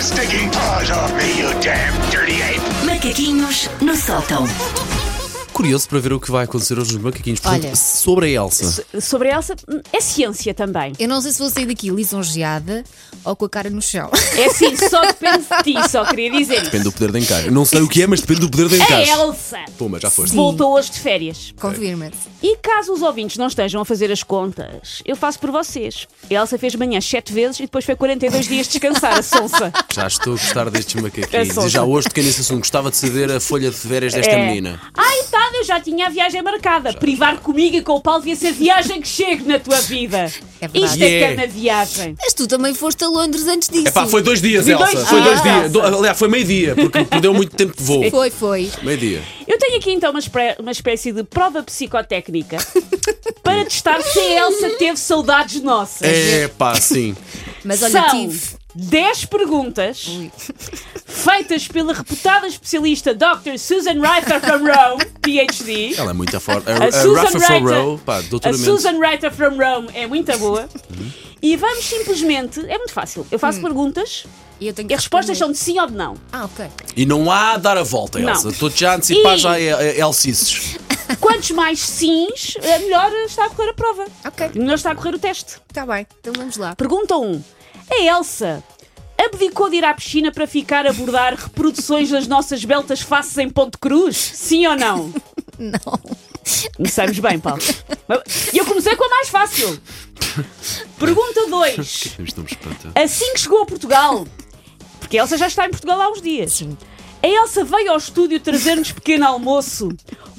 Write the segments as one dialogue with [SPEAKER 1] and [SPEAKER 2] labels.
[SPEAKER 1] stinking paws off me, you damn dirty ape!
[SPEAKER 2] Macaquinhos no sótão.
[SPEAKER 3] Curioso para ver o que vai acontecer hoje nos macaquinhos. Portanto,
[SPEAKER 4] Olha.
[SPEAKER 3] sobre a Elsa.
[SPEAKER 5] Sobre a Elsa, é ciência também.
[SPEAKER 4] Eu não sei se vou sair daqui lisonjeada ou com a cara no chão.
[SPEAKER 5] É assim, só depende de ti, só queria dizer isso.
[SPEAKER 3] Depende do poder de encaixe. Não sei o que é, mas depende do poder de
[SPEAKER 5] A
[SPEAKER 3] encaixe.
[SPEAKER 5] Elsa
[SPEAKER 3] Puma, já foste.
[SPEAKER 4] Sim.
[SPEAKER 5] voltou hoje de férias.
[SPEAKER 4] Confirma-te.
[SPEAKER 5] E caso os ouvintes não estejam a fazer as contas, eu faço por vocês. A Elsa fez manhã 7 vezes e depois foi 42 dias descansar, a sonsa.
[SPEAKER 3] Já estou a gostar destes
[SPEAKER 5] É
[SPEAKER 3] macaquinhos.
[SPEAKER 5] só-
[SPEAKER 3] E já hoje toquei nesse assunto. Gostava de saber a folha de férias desta
[SPEAKER 5] É.
[SPEAKER 3] menina.
[SPEAKER 5] Ai, tá, eu já tinha a viagem marcada. Privar comigo e com o Paulo devia ser viagem que chegue na tua vida.
[SPEAKER 4] É verdade.
[SPEAKER 5] Isto é que é
[SPEAKER 3] Yeah.
[SPEAKER 5] na viagem.
[SPEAKER 4] Mas tu também foste a Londres antes disso.
[SPEAKER 3] É pá, foi dois dias,
[SPEAKER 5] Dois Ah.
[SPEAKER 3] Elsa. Foi
[SPEAKER 5] dias.
[SPEAKER 3] dois dias. Do- Aliás, foi meio-dia, porque perdeu muito tempo de voo.
[SPEAKER 4] Foi, foi.
[SPEAKER 3] Meio-dia.
[SPEAKER 5] Eu tenho aqui então uma, espé- uma espécie de prova psicotécnica para testar se a Elsa teve saudades nossas.
[SPEAKER 3] É pá, sim.
[SPEAKER 4] Mas olha,
[SPEAKER 5] São
[SPEAKER 4] tive.
[SPEAKER 5] 10 perguntas feitas pela reputada especialista Dr. Susan Reiter from Rome, PhD.
[SPEAKER 3] Ela é muito forte.
[SPEAKER 5] A,
[SPEAKER 3] A, a Rafa
[SPEAKER 5] Susan
[SPEAKER 3] Farrow, pá,
[SPEAKER 5] Reiter, a
[SPEAKER 3] doutora Mendes.
[SPEAKER 5] Susan Reiter from Rome é muito boa. E vamos simplesmente, é muito fácil. Eu faço perguntas
[SPEAKER 4] E eu tenho
[SPEAKER 5] e
[SPEAKER 4] que
[SPEAKER 5] as respostas são
[SPEAKER 4] responder.
[SPEAKER 5] de sim ou de não.
[SPEAKER 4] Ah, ok.
[SPEAKER 3] E não há a dar a volta,
[SPEAKER 5] Não.
[SPEAKER 3] Elsa. Estou-te já a antecipar
[SPEAKER 5] E-
[SPEAKER 3] já a- a a Elcices.
[SPEAKER 5] Quantos mais sims, é melhor está a correr a prova.
[SPEAKER 4] Ok.
[SPEAKER 5] Melhor está a correr o teste.
[SPEAKER 4] Está bem. Então vamos lá.
[SPEAKER 5] Pergunta 1. A Elsa abdicou de ir à piscina para ficar a abordar reproduções das nossas beltas faces em ponto cruz? Sim ou não?
[SPEAKER 4] Não.
[SPEAKER 5] Começamos bem, Paulo. E eu comecei com a mais fácil. Pergunta 2.
[SPEAKER 3] Isto não me espanta.
[SPEAKER 5] Assim que chegou a Portugal, porque a Elsa já está em Portugal há uns dias, a Elsa veio ao estúdio trazer-nos pequeno almoço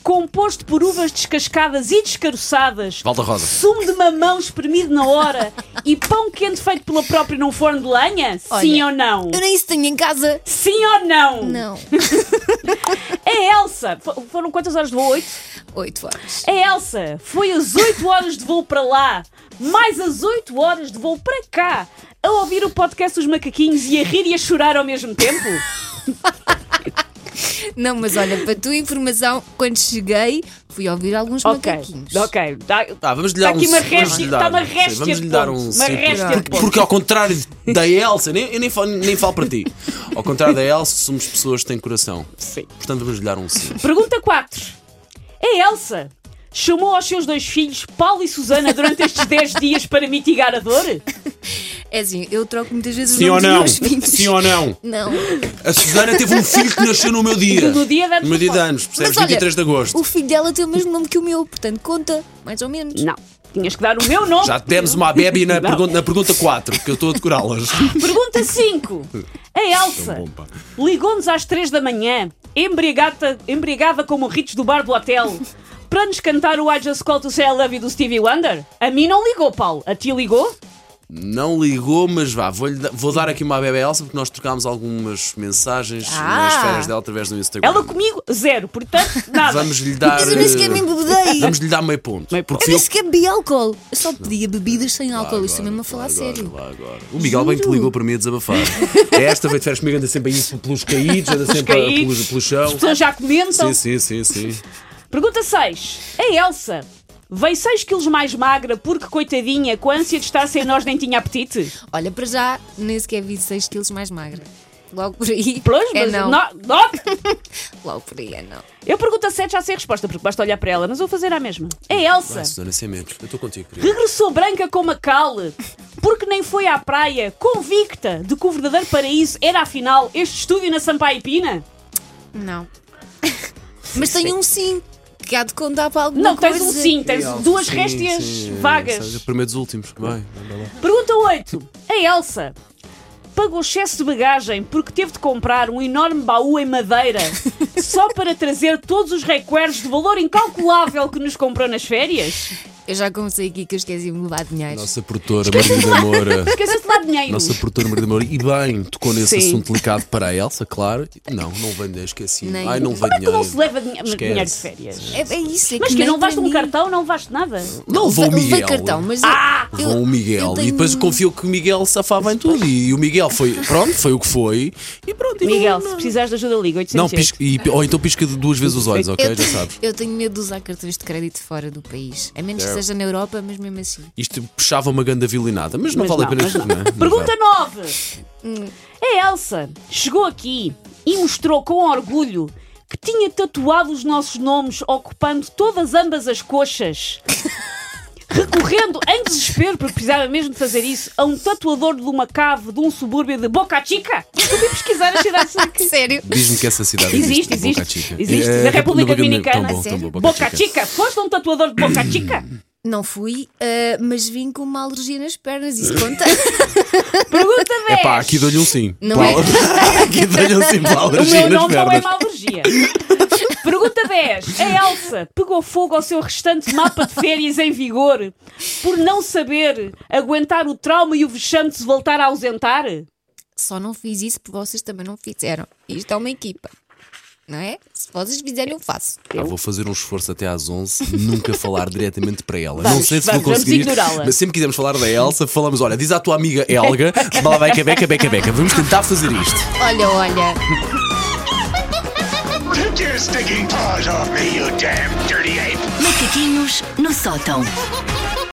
[SPEAKER 5] composto por uvas descascadas e descaroçadas,
[SPEAKER 3] Valda Rosa.
[SPEAKER 5] sumo de mamão espremido na hora e pão quente feito pela própria num forno de lenha? Sim
[SPEAKER 4] Olha,
[SPEAKER 5] ou não?
[SPEAKER 4] Eu nem isso tenho em casa.
[SPEAKER 5] Sim ou não?
[SPEAKER 4] Não.
[SPEAKER 5] A Elsa, fo- foram quantas horas de voo? Oito?
[SPEAKER 4] Oito horas.
[SPEAKER 5] A Elsa foi às 8 horas de voo para lá, mais às 8 horas de voo para cá, a ouvir o podcast dos macaquinhos e a rir e a chorar ao mesmo tempo?
[SPEAKER 4] Não, mas olha, para tua informação, quando cheguei, fui ouvir alguns
[SPEAKER 5] ok,
[SPEAKER 4] macaquinhos.
[SPEAKER 5] ok. Dá-
[SPEAKER 3] Tá, vamos lhe
[SPEAKER 5] Tá
[SPEAKER 3] dar
[SPEAKER 5] aqui
[SPEAKER 3] um
[SPEAKER 5] uma
[SPEAKER 3] c- vamos
[SPEAKER 5] réstia-
[SPEAKER 3] lhe dar
[SPEAKER 5] tá uma
[SPEAKER 3] um c-
[SPEAKER 5] réstia
[SPEAKER 3] Vamos
[SPEAKER 5] de
[SPEAKER 3] lhe dar
[SPEAKER 5] pontos,
[SPEAKER 3] um
[SPEAKER 5] uma
[SPEAKER 3] c-
[SPEAKER 5] réstia de
[SPEAKER 3] porque,
[SPEAKER 5] pontos.
[SPEAKER 3] porque ao contrário da Elsa, nem, eu nem falo, nem falo para ti. Ao contrário da Elsa, somos pessoas que têm coração.
[SPEAKER 5] Sim.
[SPEAKER 3] Portanto, vamos lhe dar um sim.
[SPEAKER 5] Pergunta 4. A Elsa chamou aos seus dois filhos, Paulo e Susana, durante estes 10 dias para mitigar a dor?
[SPEAKER 4] É assim, eu troco muitas vezes os nomes dos meus filhos.
[SPEAKER 3] não?
[SPEAKER 4] não?
[SPEAKER 3] A Susana teve um filho que nasceu no meu dia.
[SPEAKER 5] No dia de anos
[SPEAKER 3] No meu dia de
[SPEAKER 5] de
[SPEAKER 3] anos, percebes?
[SPEAKER 4] Mas olha,
[SPEAKER 3] 23 de agosto.
[SPEAKER 4] O filho dela tem o mesmo nome que o meu, portanto conta, mais ou menos.
[SPEAKER 5] Não. Tinhas que dar o meu nome.
[SPEAKER 3] Já demos uma bebe na
[SPEAKER 5] Não.
[SPEAKER 3] pergunta, na pergunta 4, que eu estou a decorá-las.
[SPEAKER 5] Pergunta 5. A Elsa ligou-nos às 3 da manhã, embriagada, embriagada com morritos do bar do hotel, para nos cantar o I Just Call to Say I Love You do Stevie Wonder? A mim não ligou, Paulo. A ti ligou?
[SPEAKER 3] Não ligou, mas vá, vou, vou dar aqui uma bebe a Elsa, porque nós trocámos algumas mensagens nas
[SPEAKER 4] Ah.
[SPEAKER 3] férias dela através do Instagram.
[SPEAKER 5] Ela comigo, zero. Portanto, nada.
[SPEAKER 3] Vamos lhe dar.
[SPEAKER 4] Mas eu nem sequer
[SPEAKER 3] eh,
[SPEAKER 4] me embebedei.
[SPEAKER 3] Vamos lhe dar meio ponto.
[SPEAKER 5] Meio
[SPEAKER 3] porque
[SPEAKER 4] Eu
[SPEAKER 3] fui
[SPEAKER 4] nem
[SPEAKER 3] eu
[SPEAKER 4] sequer bebi álcool. Eu só pedia bebidas sem álcool. Isto
[SPEAKER 3] Agora,
[SPEAKER 4] mesmo a falar
[SPEAKER 3] agora,
[SPEAKER 4] sério.
[SPEAKER 3] agora, agora. O Miguel bem que ligou para mim a desabafar. É Esta veio de férias comigo, anda sempre aí pelos caídos, anda sempre
[SPEAKER 5] caídos.
[SPEAKER 3] Pelo, pelo chão.
[SPEAKER 5] As pessoas já comentam.
[SPEAKER 3] Sim, sim, sim, sim.
[SPEAKER 5] Pergunta 6. A Elsa veio 6 quilos mais magra porque, coitadinha, com a ânsia de estar sem nós nem tinha apetite?
[SPEAKER 4] Olha, para já, nem sequer vi 6 quilos mais magra. Logo por aí.
[SPEAKER 5] Pois,
[SPEAKER 4] é
[SPEAKER 5] mas
[SPEAKER 4] não.
[SPEAKER 5] nó- nó-
[SPEAKER 4] Logo por aí é não.
[SPEAKER 5] Eu pergunto a 7, já sei a resposta, porque basta olhar para ela, mas vou fazer a mesma. A Elsa
[SPEAKER 3] Vai, Susana, sem medo. Eu estou contigo, querido.
[SPEAKER 5] regressou branca como a cale porque nem foi à praia, convicta de que o verdadeiro paraíso era, afinal, este estúdio na Sampaio Pina?
[SPEAKER 4] Não. mas tenho um sim. Que há de contar para alguma
[SPEAKER 5] Não,
[SPEAKER 4] coisa.
[SPEAKER 5] tens um sim, tens duas
[SPEAKER 3] Sim,
[SPEAKER 5] réstias
[SPEAKER 3] sim, é, sabe,
[SPEAKER 5] vagas.
[SPEAKER 3] Primeiro dos últimos, que bem.
[SPEAKER 5] Pergunta 8. A Elsa pagou excesso de bagagem porque teve de comprar um enorme baú em madeira só para trazer todos os recuerdos de valor incalculável que nos comprou nas férias?
[SPEAKER 4] Eu já comecei aqui que eu esqueci de levar dinheiro.
[SPEAKER 3] Nossa produtora Margarida Moura.
[SPEAKER 5] Esqueceu-se de lá é dinheiro.
[SPEAKER 3] Nossa produtora Margarida Moura. E bem, tocou nesse
[SPEAKER 5] Sim.
[SPEAKER 3] assunto delicado para a Elsa, claro. Não, não vem, esqueci.
[SPEAKER 4] Nem.
[SPEAKER 3] Ai, não vem
[SPEAKER 5] Como é que não
[SPEAKER 3] dinheiro.
[SPEAKER 5] se leva dinhe-
[SPEAKER 3] Esquece.
[SPEAKER 5] dinheiro de férias?
[SPEAKER 4] É, é isso. É
[SPEAKER 5] Mas
[SPEAKER 4] que
[SPEAKER 5] que
[SPEAKER 4] nem
[SPEAKER 5] não levaste
[SPEAKER 4] para
[SPEAKER 5] um
[SPEAKER 4] mim-
[SPEAKER 5] cartão, não levaste nada?
[SPEAKER 3] Não, vou o
[SPEAKER 4] Levei
[SPEAKER 3] Miguel.
[SPEAKER 4] cartão, mas eu,
[SPEAKER 3] Vão o Miguel
[SPEAKER 4] eu tenho- um
[SPEAKER 3] e depois confiou que o Miguel safava em tudo e o Miguel foi, pronto, foi o que foi e pronto. e não-
[SPEAKER 5] Miguel, se
[SPEAKER 3] não,
[SPEAKER 5] precisares de ajuda, liga
[SPEAKER 3] não
[SPEAKER 5] 800.
[SPEAKER 3] pisca, e, ou então pisca duas vezes os olhos, ok?
[SPEAKER 4] Eu,
[SPEAKER 3] Já
[SPEAKER 4] tenho-
[SPEAKER 3] sabes.
[SPEAKER 4] eu tenho medo de usar cartões de crédito fora do país. A menos que seja na Europa, mas mesmo assim.
[SPEAKER 3] Isto puxava uma ganda vilinada, mas não
[SPEAKER 5] Mas
[SPEAKER 3] vale
[SPEAKER 5] não,
[SPEAKER 3] a pena.
[SPEAKER 5] mas não.
[SPEAKER 3] não é? Não
[SPEAKER 5] Pergunta
[SPEAKER 3] vale.
[SPEAKER 5] 9. A Elsa chegou aqui e mostrou com orgulho que tinha tatuado os nossos nomes ocupando todas ambas as coxas. Recorrendo em desespero, porque precisava mesmo de fazer isso, a um tatuador de uma cave de um subúrbio de Boca Chica. Eu vim pesquisar as cidades aqui.
[SPEAKER 4] Sério?
[SPEAKER 3] Diz-me que essa cidade existe.
[SPEAKER 5] Existe, existe.
[SPEAKER 3] Boca Chica.
[SPEAKER 5] Existe,
[SPEAKER 3] É,
[SPEAKER 5] na República Dominicana.
[SPEAKER 3] Tão bom, tão
[SPEAKER 4] Sério?
[SPEAKER 3] bom,
[SPEAKER 5] Boca Chica, foste um tatuador de Boca Chica?
[SPEAKER 4] Não fui, ah, mas vim com uma alergia nas pernas, isso conta.
[SPEAKER 5] Pergunta 10.
[SPEAKER 3] É pá, aqui dou-lhe um sim.
[SPEAKER 4] Não é?
[SPEAKER 3] Pela- aqui dou-lhe um sim para a
[SPEAKER 5] O meu
[SPEAKER 3] alergia nas
[SPEAKER 5] nome não é
[SPEAKER 3] pernas.
[SPEAKER 5] uma alergia. Pergunta 10. A Elsa pegou fogo ao seu restante mapa de férias em vigor por não saber aguentar o trauma e o vexame de se voltar a ausentar?
[SPEAKER 4] Só não fiz isso porque vocês também não fizeram. Isto é uma equipa, não é? Se vocês fizerem, eu faço.
[SPEAKER 3] Ah, vou fazer um esforço até às 11, nunca falar diretamente para ela. não
[SPEAKER 5] Vamos,
[SPEAKER 3] sei se
[SPEAKER 5] vamos,
[SPEAKER 3] vou
[SPEAKER 5] vamos
[SPEAKER 3] conseguir. isto,
[SPEAKER 5] ignorá-la.
[SPEAKER 3] Mas sempre que quisermos falar da Elsa, falamos: olha, diz à tua amiga Helga, bala beca, beca, beca, beca. Vamos tentar fazer isto.
[SPEAKER 4] Olha, olha.
[SPEAKER 1] Take your stinking paws off me, you damn dirty ape!
[SPEAKER 2] Macaquinhos no sótão.